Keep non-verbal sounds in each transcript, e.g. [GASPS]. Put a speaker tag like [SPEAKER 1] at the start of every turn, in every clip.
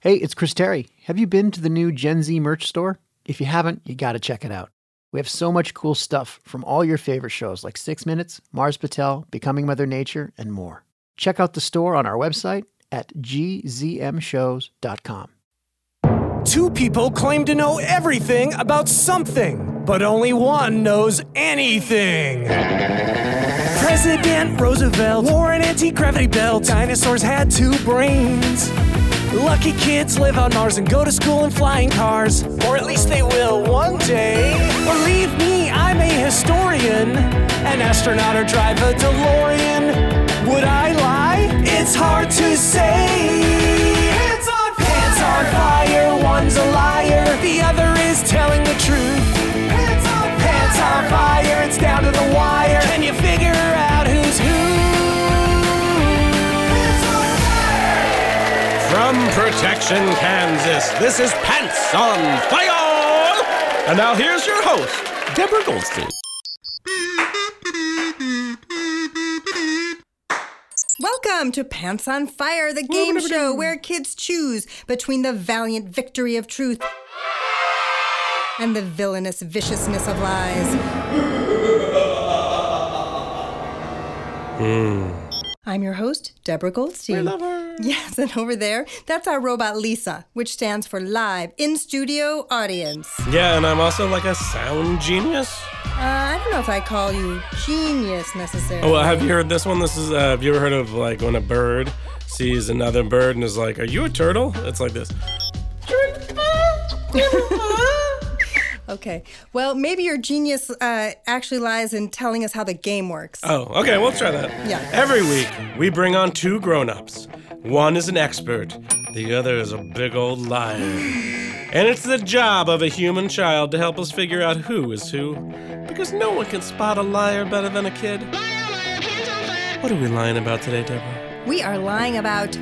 [SPEAKER 1] Hey, it's Chris Terry. Have you been to the new Gen Z merch store? If you haven't, you got to check it out. We have so much cool stuff from all your favorite shows like Six Minutes, Mars Patel, Becoming Mother Nature, and more. Check out the store on our website at gzmshows.com.
[SPEAKER 2] Two people claim to know everything about something, but only one knows anything. President Roosevelt wore an anti gravity belt. Dinosaurs had two brains. Lucky kids live on Mars and go to school in flying cars, or at least they will one day. Believe me, I'm a historian. An astronaut or drive a DeLorean. Would I lie? It's hard to say. Hands on fire. Hands on fire. One's a liar. The other is telling the truth. Hands on fire. Hands on fire. It's down to the wire. Can you figure out who's who? Hands on fire.
[SPEAKER 3] From Protection, Kansas, this is Pants on Fire! And now here's your host, Deborah Goldstein.
[SPEAKER 4] Welcome to Pants on Fire, the game show where kids choose between the valiant victory of truth and the villainous viciousness of lies. I'm your host, Deborah Goldstein. Yes, and over there, that's our robot Lisa, which stands for Live In Studio Audience.
[SPEAKER 3] Yeah, and I'm also like a sound genius.
[SPEAKER 4] Uh, I don't know if I call you genius necessarily.
[SPEAKER 3] Oh, well, have you heard this one? This is, uh, have you ever heard of like when a bird sees another bird and is like, Are you a turtle? It's like this.
[SPEAKER 4] Okay. Well, maybe your genius uh, actually lies in telling us how the game works.
[SPEAKER 3] Oh, okay, we'll try that.
[SPEAKER 4] Yeah.
[SPEAKER 3] Every week, we bring on two grown ups. One is an expert, the other is a big old liar. And it's the job of a human child to help us figure out who is who. Because no one can spot a liar better than a kid. What are we lying about today, Deborah?
[SPEAKER 4] We are lying about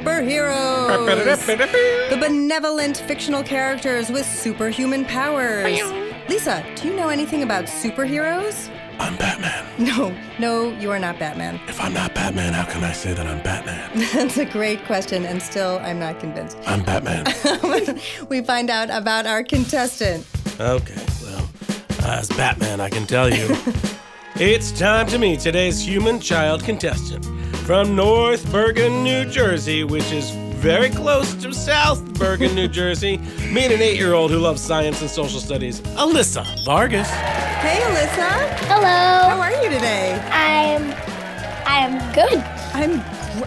[SPEAKER 4] Oh, superheroes. The benevolent fictional characters with superhuman powers. Lisa, do you know anything about superheroes? [LAUGHS]
[SPEAKER 3] I'm Batman.
[SPEAKER 4] No, no, you are not Batman. [LAUGHS]
[SPEAKER 3] If I'm not Batman, how can I say that I'm Batman?
[SPEAKER 4] That's a great question, and still I'm not convinced. [LAUGHS]
[SPEAKER 3] I'm Batman.
[SPEAKER 4] we find out about our contestant.
[SPEAKER 3] Okay, well, as Batman, I can tell you. it's time to meet today's human child contestant from North Bergen, New Jersey, which is very close to South Bergen, New Jersey. Meet an eight year old who loves science and social studies, Alyssa Vargas.
[SPEAKER 4] Hey, Alyssa, how
[SPEAKER 5] Hello.
[SPEAKER 4] are you today?
[SPEAKER 5] I'm I'm good.
[SPEAKER 4] I'm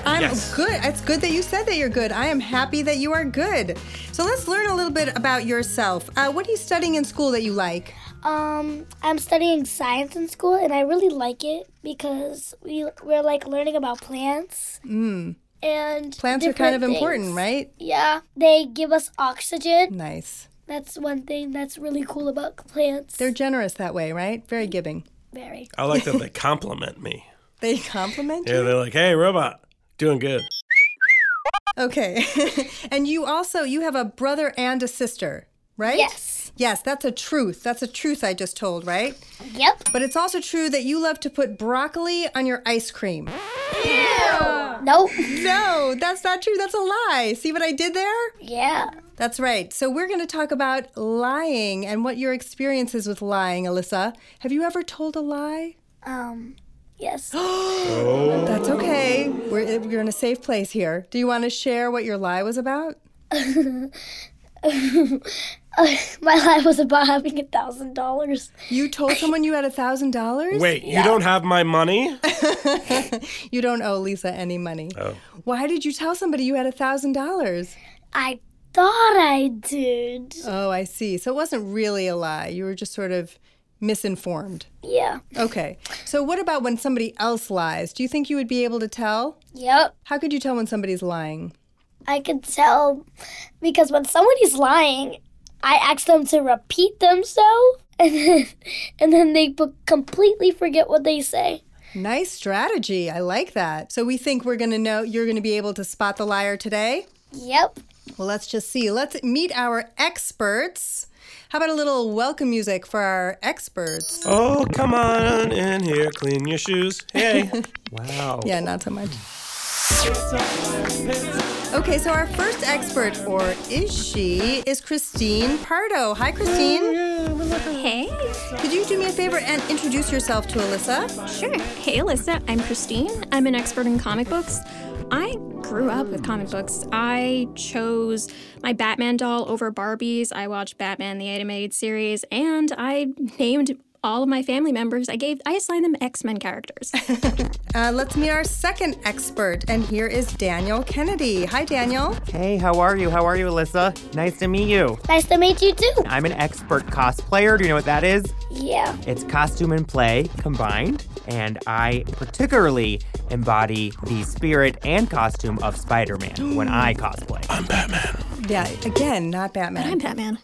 [SPEAKER 4] I'm
[SPEAKER 3] Yes.
[SPEAKER 4] good. It's good that you said that you're good. I am happy that you are good. So let's learn a little bit about yourself. Uh, what are you studying in school that you like?
[SPEAKER 5] Um, I'm studying science in school, and I really like it because we we're like learning about plants. Mm. And
[SPEAKER 4] Hmm. Plants are kind of
[SPEAKER 5] different
[SPEAKER 4] important,
[SPEAKER 5] things.
[SPEAKER 4] right?
[SPEAKER 5] Yeah, they give us oxygen.
[SPEAKER 4] Nice.
[SPEAKER 5] That's one thing that's really cool about plants.
[SPEAKER 4] They're generous that way, right? Very giving.
[SPEAKER 5] very.
[SPEAKER 3] I like that they compliment me.
[SPEAKER 4] They [LAUGHS] compliment
[SPEAKER 3] Yeah,
[SPEAKER 4] you.
[SPEAKER 3] they're like, hey, robot, doing good.
[SPEAKER 4] Okay. [LAUGHS] and you also you have a brother and a sister, right?
[SPEAKER 5] Yes.
[SPEAKER 4] Yes, that's a truth. That's a truth I just told, right?
[SPEAKER 5] Yep.
[SPEAKER 4] But it's also true that you love to put broccoli on your ice cream. [GASPS]
[SPEAKER 5] Nope.
[SPEAKER 4] No, that's not true. That's a lie. See what I did there?
[SPEAKER 5] yeah.
[SPEAKER 4] That's right. So we're going to talk about lying and what your experience is with lying, Alyssa. Have you ever told a lie?
[SPEAKER 5] Um. Yes. [LAUGHS]
[SPEAKER 4] That's okay. We're, we're in a safe place here. Do you want to share what your lie was about?
[SPEAKER 5] My life was about having a thousand dollars.
[SPEAKER 4] You told someone you had a thousand dollars?
[SPEAKER 3] Wait, you don't have my money?
[SPEAKER 4] [LAUGHS] You don't owe Lisa any money. Why did you tell somebody you had a thousand dollars?
[SPEAKER 5] I thought I did.
[SPEAKER 4] Oh, I see. So it wasn't really a lie. You were just sort of misinformed.
[SPEAKER 5] Yeah.
[SPEAKER 4] Okay. So what about when somebody else lies? Do you think you would be able to tell?
[SPEAKER 5] Yep.
[SPEAKER 4] How could you tell when somebody's lying?
[SPEAKER 5] I can tell because when somebody's lying, I ask them to repeat themselves, [LAUGHS] and then, and then they b- completely forget what they say.
[SPEAKER 4] Nice strategy. I like that. So we think we're going to know you're going to be able to spot the liar today?
[SPEAKER 5] Yep.
[SPEAKER 4] Well, let's just see. Let's meet our experts. How about a little welcome music for our experts?
[SPEAKER 3] Oh, come on in here, clean your shoes. Hey. wow.
[SPEAKER 4] Yeah, not so much. Okay, so our first expert, or is she, is Christine Pardo. Hi, Christine.
[SPEAKER 6] Hey,
[SPEAKER 4] Could you do me a favor and introduce yourself to Alyssa?
[SPEAKER 6] sure. Hey, Alyssa, I'm Christine. I'm an expert in comic books. I grew up with comic books. I chose my Batman doll over Barbie's. I watched Batman the animated series, and I named all of my family members. I gave, I assigned them X Men characters.
[SPEAKER 4] Uh, let's meet our second expert, and here is Daniel Kennedy. Hi, Daniel.
[SPEAKER 7] Hey, how are you? How are you, Alyssa? Nice to meet you.
[SPEAKER 5] Nice to meet you too.
[SPEAKER 7] I'm an expert cosplayer. Do you know what that is?
[SPEAKER 5] Yeah.
[SPEAKER 7] It's costume and play combined, and I particularly embody the spirit and costume of Spider Man when I cosplay.
[SPEAKER 4] Yeah, again, not Batman.
[SPEAKER 6] [LAUGHS] I'm Batman.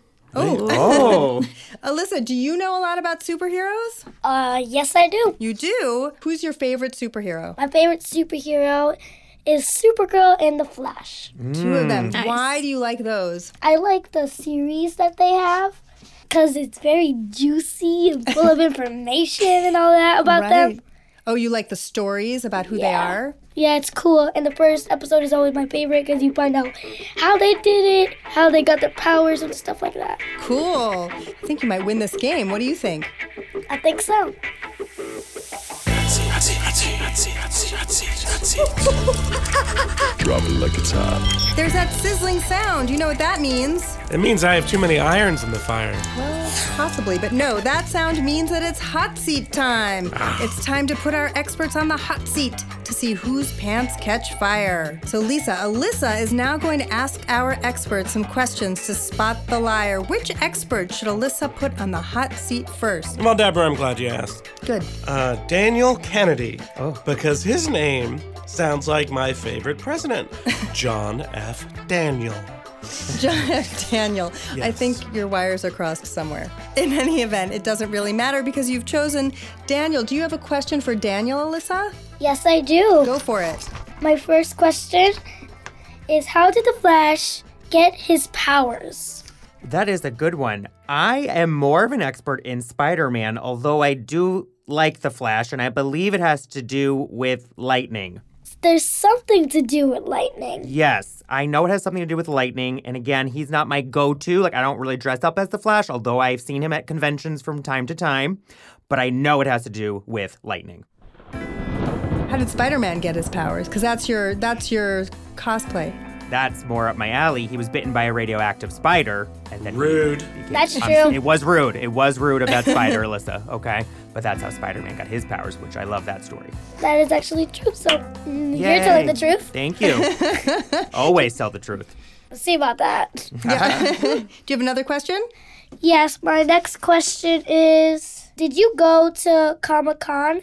[SPEAKER 7] Oh,
[SPEAKER 4] Alyssa, do you know a lot about superheroes?
[SPEAKER 5] Uh, yes, I do.
[SPEAKER 4] You do. Who's your favorite superhero?
[SPEAKER 5] My favorite superhero is Supergirl and the Flash.
[SPEAKER 4] Two of them. Why do you like those?
[SPEAKER 5] I like the series that they have because it's very juicy and full of information and all that about them.
[SPEAKER 4] Oh, you like the stories about who they
[SPEAKER 5] Yeah.
[SPEAKER 4] are?
[SPEAKER 5] Yeah, it's cool. And the first episode is always my favorite because you find out how they did it, how they got their powers, and stuff like that.
[SPEAKER 4] Cool. I think you might win this game. What do you think? [LAUGHS]
[SPEAKER 5] I think so.
[SPEAKER 8] Drop it like it's hot.
[SPEAKER 4] There's that sizzling sound. You know what that means?
[SPEAKER 3] It means I have too many irons in the fire.
[SPEAKER 4] Possibly, but no, that sound means that it's hot seat time. It's time to put our experts on the hot seat to see whose pants catch fire. So, Lisa, Alyssa is now going to ask our experts some questions to spot the liar. Which expert should Alyssa put on the hot seat first?
[SPEAKER 3] Well, Deborah, I'm glad you asked.
[SPEAKER 4] Good.
[SPEAKER 3] Uh, Daniel Kennedy. Because his name sounds like my favorite president, John F. Daniel.
[SPEAKER 4] [LAUGHS] John F. Daniel, I think your wires are crossed somewhere. In any event, it doesn't really matter because you've chosen Daniel. Do you have a question for Daniel, Alyssa?
[SPEAKER 5] Yes, I do.
[SPEAKER 4] Go for it.
[SPEAKER 5] My first question is how did the Flash get his powers?
[SPEAKER 7] that is a good one. I am more of an expert in Spider Man, although I do like The Flash, and I believe it has to do with lightning.
[SPEAKER 5] There's something to do with lightning.
[SPEAKER 7] Yes, I know it has something to do with lightning. And again, he's not my go to. Like, I don't really dress up as the Flash, although I've seen him at conventions from time to time. But I know it has to do with lightning.
[SPEAKER 4] How did Spider-Man get his powers? Because that's your that's your cosplay.
[SPEAKER 7] That's more up my alley. He was bitten by a radioactive spider. And then
[SPEAKER 3] Rude.
[SPEAKER 5] That's
[SPEAKER 7] I'm-
[SPEAKER 5] true.
[SPEAKER 7] it was rude. It was rude
[SPEAKER 5] [LAUGHS]
[SPEAKER 7] of that spider, Alyssa. Okay. But that's how Spider Man got his powers, which I love that story.
[SPEAKER 5] That is actually true. So mm, you're telling
[SPEAKER 7] Yay.
[SPEAKER 5] the truth.
[SPEAKER 7] Thank you.
[SPEAKER 5] [LAUGHS]
[SPEAKER 7] Always tell the truth.
[SPEAKER 5] Let's see about that. [LAUGHS]
[SPEAKER 4] Do you have another question?
[SPEAKER 5] yes, my next question is Did you go to Comic Con?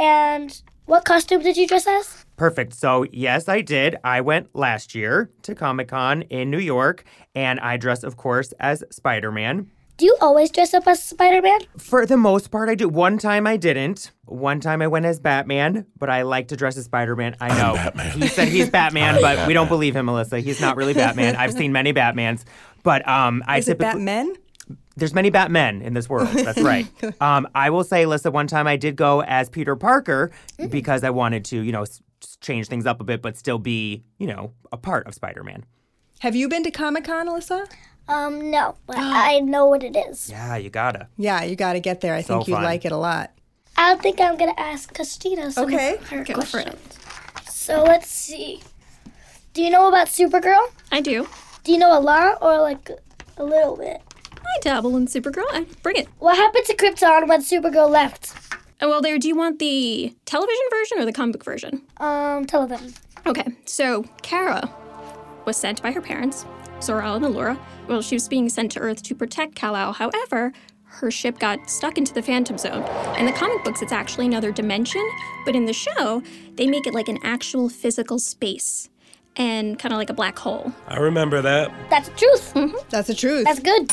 [SPEAKER 5] And what costume did you dress as?
[SPEAKER 7] Perfect. So, yes, I did. I went last year to Comic Con in New York, and I dressed, of course, as Spider Man.
[SPEAKER 5] Do you always dress up as Spider Man?
[SPEAKER 7] For the most part, I do. One time I didn't. One time I went as Batman, but I like to dress as Spider Man. I know. He said he's Batman, but we don't believe him, Alyssa. He's not really Batman. I've seen many Batmans. But um, I
[SPEAKER 4] Is it
[SPEAKER 7] typically
[SPEAKER 4] Batman?
[SPEAKER 7] there's many Batmen in this world. That's right. um, I will say, Alyssa, one time I did go as Peter Parker because I wanted to, you know, s- s- change things up a bit, but still be, you know, a part of Spider-Man.
[SPEAKER 4] Have you been to Comic Con, Alyssa?
[SPEAKER 5] Um, no, [GASPS] but I know what it is.
[SPEAKER 7] Yeah, you gotta.
[SPEAKER 4] Yeah, you got to get there. I
[SPEAKER 7] So
[SPEAKER 4] think you
[SPEAKER 7] fun.
[SPEAKER 4] like it a lot.
[SPEAKER 5] I don't think I'm gonna ask Christina some
[SPEAKER 4] Okay,
[SPEAKER 5] of her
[SPEAKER 6] go for it.
[SPEAKER 5] questions. So let's see. Do you know about Supergirl?
[SPEAKER 6] I do.
[SPEAKER 5] Do you know a lot or like a little bit?
[SPEAKER 6] I dabble in Supergirl. I bring it.
[SPEAKER 5] What happened to Krypton when Supergirl left?
[SPEAKER 6] Oh, well, there. Do you want the television version or the comic book version?
[SPEAKER 5] Um, tell them.
[SPEAKER 6] Okay, so Kara was sent by her parents, Zor-El and Allura. Well, she was being sent to Earth to protect Kal-El. However, her ship got stuck into the Phantom Zone. In the comic books, it's actually another dimension, but in the show, they make it like an actual physical space and kind of like a black hole.
[SPEAKER 3] I remember that.
[SPEAKER 5] That's the truth.
[SPEAKER 4] That's the truth.
[SPEAKER 5] That's good.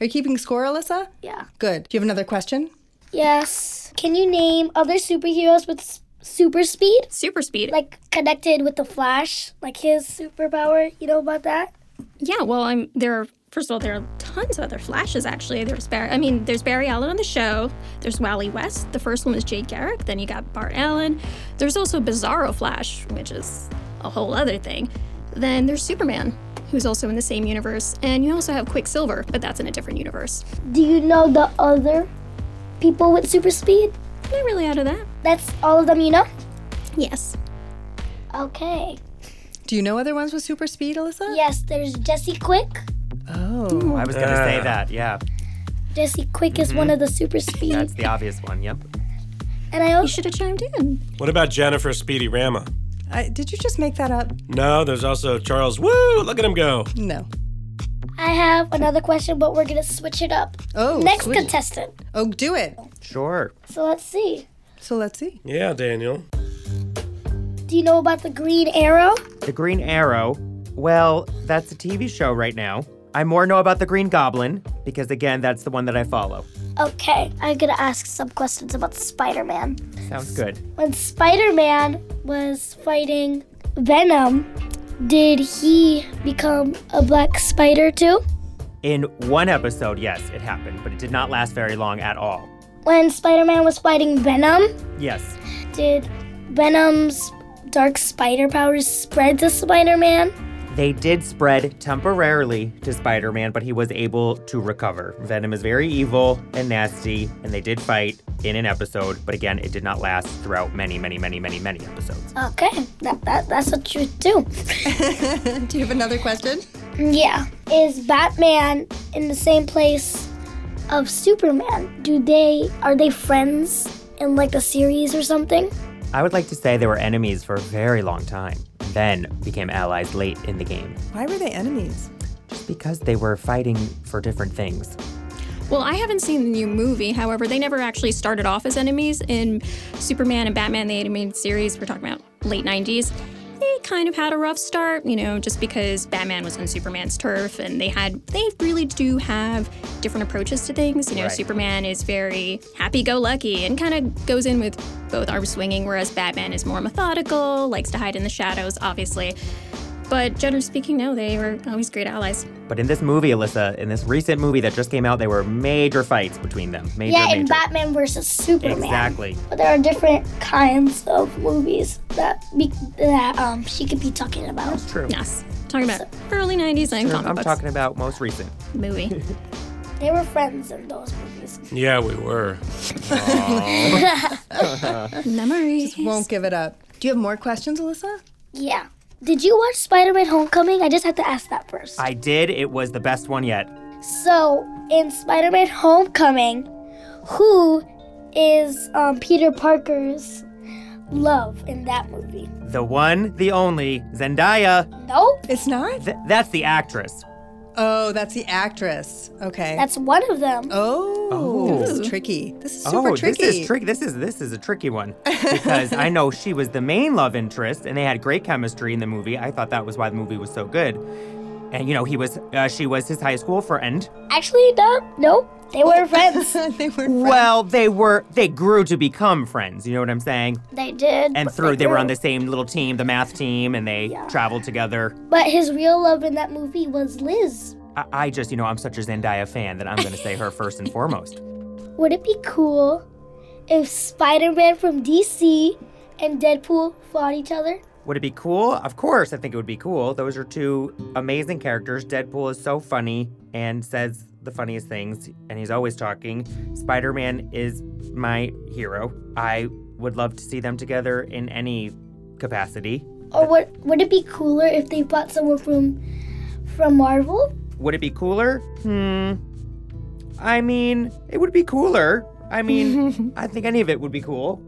[SPEAKER 4] Are you keeping score, Alyssa?
[SPEAKER 5] Yeah.
[SPEAKER 4] Good. Do you have another question?
[SPEAKER 5] Yes. Can you name other superheroes with s- super speed?
[SPEAKER 6] Super speed.
[SPEAKER 5] Like connected with the Flash, like his superpower. You know about that?
[SPEAKER 6] Yeah, well, I'm there. Are, first of all, there are tons of other flashes. Actually, there's Barry. I mean, there's Barry Allen on the show. There's Wally West. The first one was Jay Garrick. Then you got Bart Allen. There's also Bizarro Flash, which is a whole other thing. Then there's Superman, who's also in the same universe, and you also have Quicksilver, but that's in a different universe.
[SPEAKER 5] Do you know the other people with super speed?
[SPEAKER 6] Not really out of that.
[SPEAKER 5] That's all of them you know?
[SPEAKER 6] Yes.
[SPEAKER 5] Okay.
[SPEAKER 4] Do you know other ones with super speed, Alyssa?
[SPEAKER 5] Yes, there's Jesse Quick.
[SPEAKER 7] Oh, I was gonna say that. Yeah,
[SPEAKER 5] Jesse Quick is one of the super
[SPEAKER 7] that's
[SPEAKER 5] speeds.
[SPEAKER 7] the obvious one. Yep.
[SPEAKER 5] and I
[SPEAKER 6] You
[SPEAKER 5] also
[SPEAKER 6] should have chimed in.
[SPEAKER 3] What about Jennifer Speedy Rama?
[SPEAKER 4] I, did you just make that up?
[SPEAKER 3] No, there's also Charles. Woo! Look at him go.
[SPEAKER 4] No.
[SPEAKER 5] I have another question, but we're gonna switch it up.
[SPEAKER 4] Oh,
[SPEAKER 5] Next
[SPEAKER 4] sweet.
[SPEAKER 5] contestant.
[SPEAKER 4] Oh, do it.
[SPEAKER 7] Sure.
[SPEAKER 5] So let's see.
[SPEAKER 4] So let's see.
[SPEAKER 3] Yeah, Daniel.
[SPEAKER 5] Do you know about the Green Arrow?
[SPEAKER 7] The Green Arrow. Well, that's a TV show right now. I more know about the Green Goblin because again, that's the one that I follow.
[SPEAKER 5] Okay, I'm gonna ask some questions about Spider Man.
[SPEAKER 7] Sounds good.
[SPEAKER 5] When Spider Man was fighting Venom, did he become a black spider too?
[SPEAKER 7] In one episode, yes, it happened, but it did not last very long at all.
[SPEAKER 5] When Spider Man was fighting Venom,
[SPEAKER 7] Yes.
[SPEAKER 5] did Venom's dark spider powers spread to Spider Man?
[SPEAKER 7] They did spread temporarily to Spider Man, but he was able to recover. Venom is very evil and nasty, and they did fight in an episode, but again, it did not last throughout many, many, many, many, many episodes.
[SPEAKER 5] Okay, that, that, that's the truth too.
[SPEAKER 4] Do you have another question?
[SPEAKER 5] Yeah. Is Batman in the same place of Superman? Do they are they friends in like a series or something?
[SPEAKER 7] I would like to say they were enemies for a very long time, and then became allies late in the game,
[SPEAKER 4] Why were they enemies?
[SPEAKER 7] just because they were fighting for different things.
[SPEAKER 6] Well, I haven't seen the new movie. However, they never actually started off as enemies in Superman and Batman, the animated series. We're talking about late 90s. They kind of had a rough start, you know, just because Batman was on Superman's turf and they had, they really do have different approaches to things. You know,
[SPEAKER 7] Right.
[SPEAKER 6] Superman is very happy go lucky and kind of goes in with both arms swinging, whereas Batman is more methodical, likes to hide in the shadows, obviously. But generally speaking, no, they were always great allies.
[SPEAKER 7] But in this movie, Alyssa, in this recent movie that just came out, there were major fights between them. Major,
[SPEAKER 5] yeah, in
[SPEAKER 7] major.
[SPEAKER 5] Batman versus Superman.
[SPEAKER 7] Exactly.
[SPEAKER 5] But there are different kinds of movies that be, that um she could be talking about.
[SPEAKER 7] True.
[SPEAKER 6] Yes. Talking about early 90s and comic
[SPEAKER 7] I'm
[SPEAKER 6] books.
[SPEAKER 7] talking about most recent.
[SPEAKER 6] movie.
[SPEAKER 5] They were friends in those movies.
[SPEAKER 3] Yeah, we were.
[SPEAKER 6] Memories.
[SPEAKER 4] Won't give it up. Do you have more questions, Alyssa?
[SPEAKER 5] Yeah. Did you watch Spider-Man: Homecoming? I just had to ask that first.
[SPEAKER 7] I did. It was the best one yet.
[SPEAKER 5] So in Spider-Man: Homecoming, who is um, Peter Parker's love in that movie?
[SPEAKER 7] The one, the only, Zendaya.
[SPEAKER 5] Nope.
[SPEAKER 4] It's not?
[SPEAKER 7] Th- that's the actress.
[SPEAKER 4] Oh, that's the actress. Okay.
[SPEAKER 5] That's one of them.
[SPEAKER 4] oh,
[SPEAKER 7] Oh.
[SPEAKER 4] this is tricky. This is super
[SPEAKER 7] oh,
[SPEAKER 4] tricky.
[SPEAKER 7] this is tricky. This is this is a tricky one because I know she was the main love interest, and they had great chemistry in the movie. I thought that was why the movie was so good. And you know, he was uh, she was his high school friend.
[SPEAKER 5] Actually, no, no, they
[SPEAKER 7] [LAUGHS]
[SPEAKER 5] were friends.
[SPEAKER 4] [LAUGHS] they were
[SPEAKER 7] Well, they were they grew to become friends. You know what I'm saying?
[SPEAKER 5] They did.
[SPEAKER 7] And
[SPEAKER 5] but
[SPEAKER 7] through they were on
[SPEAKER 5] grew.
[SPEAKER 7] the same little team, the math team, and they traveled together.
[SPEAKER 5] But his real love in that movie was Liz.
[SPEAKER 7] I, I just, you know, I'm such a Zendaya fan that I'm going to say her first and foremost.
[SPEAKER 5] Would it be cool if Spider-Man from DC and Deadpool fought each other?
[SPEAKER 7] Would it be cool? Of course, I think it would be cool. Those are two amazing characters. Deadpool is so funny and says the funniest things, and he's always talking. Spider Man is my hero. I would love to see them together in any capacity.
[SPEAKER 5] Or would would it be cooler if they fought someone from from Marvel?
[SPEAKER 7] Would it be cooler? Hmm. I mean, it would be cooler. I mean, I think any of it would be cool.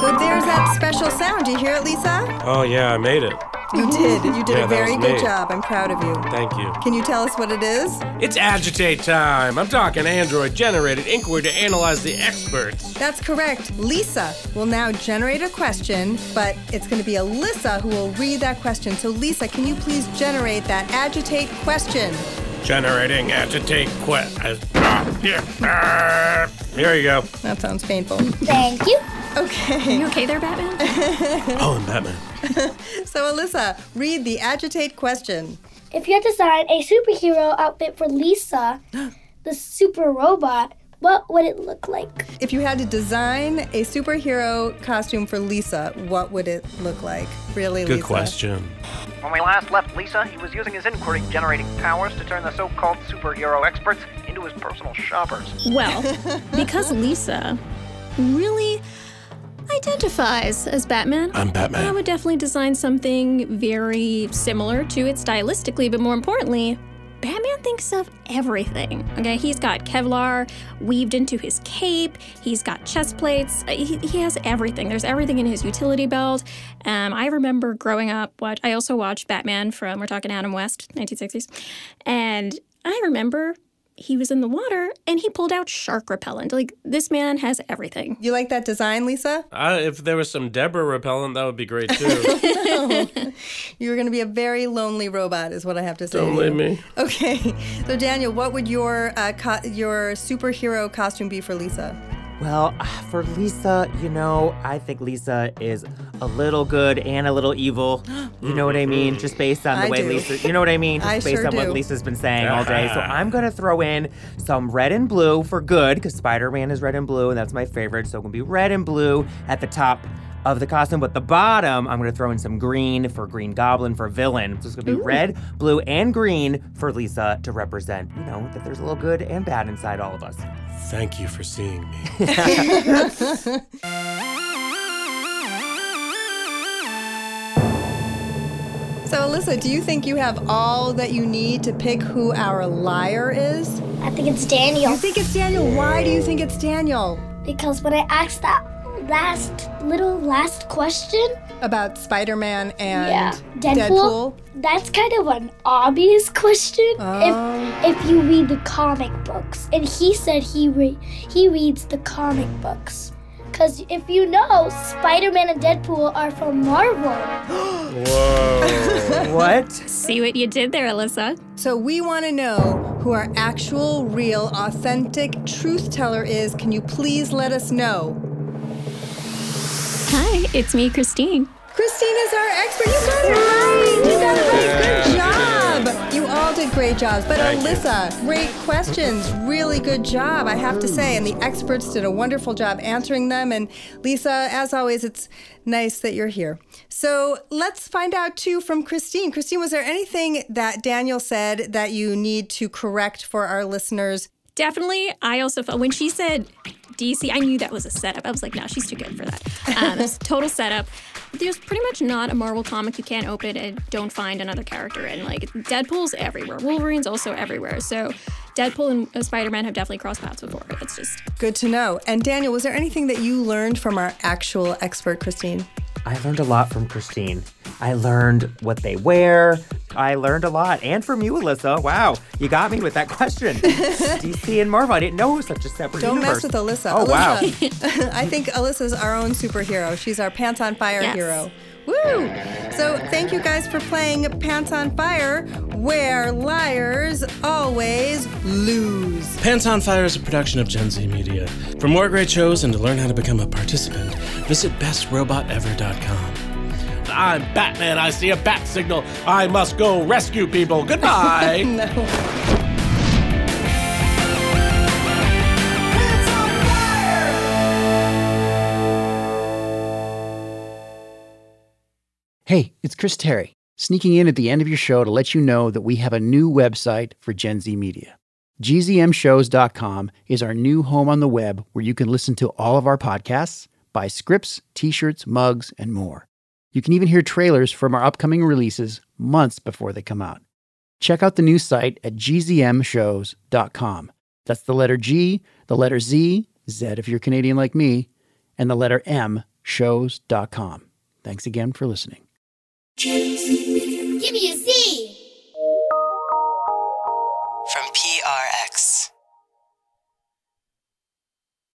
[SPEAKER 4] So there's that special sound. Do you hear it, Lisa?
[SPEAKER 3] Oh, yeah, I made it.
[SPEAKER 4] You did. You did
[SPEAKER 3] Yeah, that
[SPEAKER 4] a very
[SPEAKER 3] was me.
[SPEAKER 4] good job. I'm proud of you.
[SPEAKER 3] Thank you.
[SPEAKER 4] Can you tell us what it is?
[SPEAKER 3] It's agitate time. I'm talking Android generated inquiry to analyze the experts.
[SPEAKER 4] That's correct. Lisa will now generate a question, but it's going to be Alyssa who will read that question. So, Lisa, can you please generate that agitate question?
[SPEAKER 3] Generating agitate quest. ah, Here you go.
[SPEAKER 4] That sounds painful.
[SPEAKER 5] Thank you.
[SPEAKER 4] [LAUGHS] Okay.
[SPEAKER 6] You okay there, Batman?
[SPEAKER 3] Oh, I'm Batman.
[SPEAKER 4] So, Alyssa, read the agitate question.
[SPEAKER 5] If you had to design a superhero outfit for Lisa, the super robot, what would it look like?
[SPEAKER 4] If you had to design a superhero costume for Lisa, what would it look like? Really,
[SPEAKER 3] Good
[SPEAKER 4] Lisa?
[SPEAKER 3] question.
[SPEAKER 8] When we last left Lisa, he was using his inquiry generating powers to turn the so called superhero experts into his personal shoppers.
[SPEAKER 6] well, because Lisa really identifies as Batman.
[SPEAKER 3] I'm Batman.
[SPEAKER 6] I would definitely design something very similar to it stylistically, but more importantly, Batman thinks of everything. Okay, he's got Kevlar weaved into his cape. He's got chest plates. uh, He, he has everything. There's everything in his utility belt. Um, I remember growing up. What I also watched Batman from we're talking Adam West, 1960s, and I remember he was in the water and he pulled out shark repellent. Like this man has everything.
[SPEAKER 4] You like that design, Lisa?
[SPEAKER 3] I, Uh, if there was some Deborah repellent, that would be great too. [LAUGHS]
[SPEAKER 4] You're going to be a very lonely robot, is what I have to say. to
[SPEAKER 3] Don't leave
[SPEAKER 4] you.
[SPEAKER 3] me.
[SPEAKER 4] Okay. So, Daniel, what would your uh, co- your superhero costume be for Lisa?
[SPEAKER 7] Well, [SIGHS] ah, for Lisa, you know, I think Lisa is a little good and a
[SPEAKER 4] [GASPS]
[SPEAKER 7] little evil. You know what I mean? Just based on the
[SPEAKER 4] Mm-hmm. I
[SPEAKER 7] way
[SPEAKER 4] do.
[SPEAKER 7] Lisa, you know what I
[SPEAKER 4] [LAUGHS]
[SPEAKER 7] mean? Just
[SPEAKER 4] I
[SPEAKER 7] based
[SPEAKER 4] sure
[SPEAKER 7] on what
[SPEAKER 4] do.
[SPEAKER 7] Lisa's been saying all day.
[SPEAKER 4] [LAUGHS]
[SPEAKER 7] So I'm going to throw in some red and blue for good because Spider Man is red and blue, and that's my favorite. So it can be red and blue at the top. Of the costume, but the bottom, I'm gonna throw in some green for Green Goblin for villain. So it's gonna be red, blue, and green for Lisa to represent, you know, that there's a little good and bad inside all
[SPEAKER 4] [LAUGHS]
[SPEAKER 7] of us.
[SPEAKER 3] Thank you for seeing me.
[SPEAKER 4] So, Alyssa, do you think you have all that you need to pick who our liar is?
[SPEAKER 5] I think it's Daniel.
[SPEAKER 4] You think it's Daniel. Why do you think it's Daniel?
[SPEAKER 5] Because when I asked that last little last question,
[SPEAKER 4] About Spider Man and
[SPEAKER 5] yeah, Deadpool, that's kind of an obvious question if if you read the comic books. And he said he re- he reads the comic books. Cause if you know, Spider-Man and Deadpool are from Marvel.
[SPEAKER 7] What?
[SPEAKER 6] See what you did there, Alyssa.
[SPEAKER 4] So, we want to know who our actual, real, authentic truth teller is. Can you please let us know?
[SPEAKER 6] Hi, it's me, Christine.
[SPEAKER 4] Christine is our expert. You got it right. You got it right. Good job. You all did great jobs. But Alyssa, great questions. Really good job, I have to say. And the experts did a wonderful job answering them. And Lisa, as always, it's nice that you're here. So let's find out too from Christine. Christine, was there anything that Daniel said that you need to correct for our listeners?
[SPEAKER 6] Definitely. I also felt when she said DC, I knew that was a setup. I was like, no, she's too good for that. Um, it's a total setup. There's pretty much not a Marvel comic you can't open and don't find another character in. Like Deadpool's everywhere. Wolverine's also everywhere. So Deadpool and uh, Spider-Man have definitely crossed paths before. That's just
[SPEAKER 4] Good to know. And Daniel, was there anything that you learned from our actual expert, Christine?
[SPEAKER 7] I learned a lot from Christine. I learned what they wear. I learned a lot. And from you, Alyssa. Wow, you got me with
[SPEAKER 4] [LAUGHS]
[SPEAKER 7] that question. DC and Marvel. I didn't know it was such a separate
[SPEAKER 4] Don't mess
[SPEAKER 7] universe.
[SPEAKER 4] with Alyssa.
[SPEAKER 7] Oh, wow.
[SPEAKER 4] Alyssa, [LAUGHS] I think Alyssa's our own superhero. She's our Pants on Fire
[SPEAKER 6] Yes.
[SPEAKER 4] hero. Woo! So thank you guys for playing Pants on Fire, where liars always lose.
[SPEAKER 2] Pants on Fire is a production of Gen Z Media. For more great shows and to learn how to become a participant, visit bestrobotever.com. I'm Batman. I see a bat signal. I must go rescue people. Goodbye. [LAUGHS]
[SPEAKER 1] Hey, it's Chris Terry, sneaking in at the end of your show to let you know that we have a new website for Gen Z Media. GZMshows.com is our new home on the web where you can listen to all of our podcasts, buy scripts, t shirts, mugs, and more. You can even hear trailers from our upcoming releases months before they come out. Check out the new site at gzmshows.com. That's the letter G, the letter Z, Z if you're Canadian like me, and the letter M, shows.com. Thanks again for listening.
[SPEAKER 5] Give me a Z.
[SPEAKER 9] From PRX.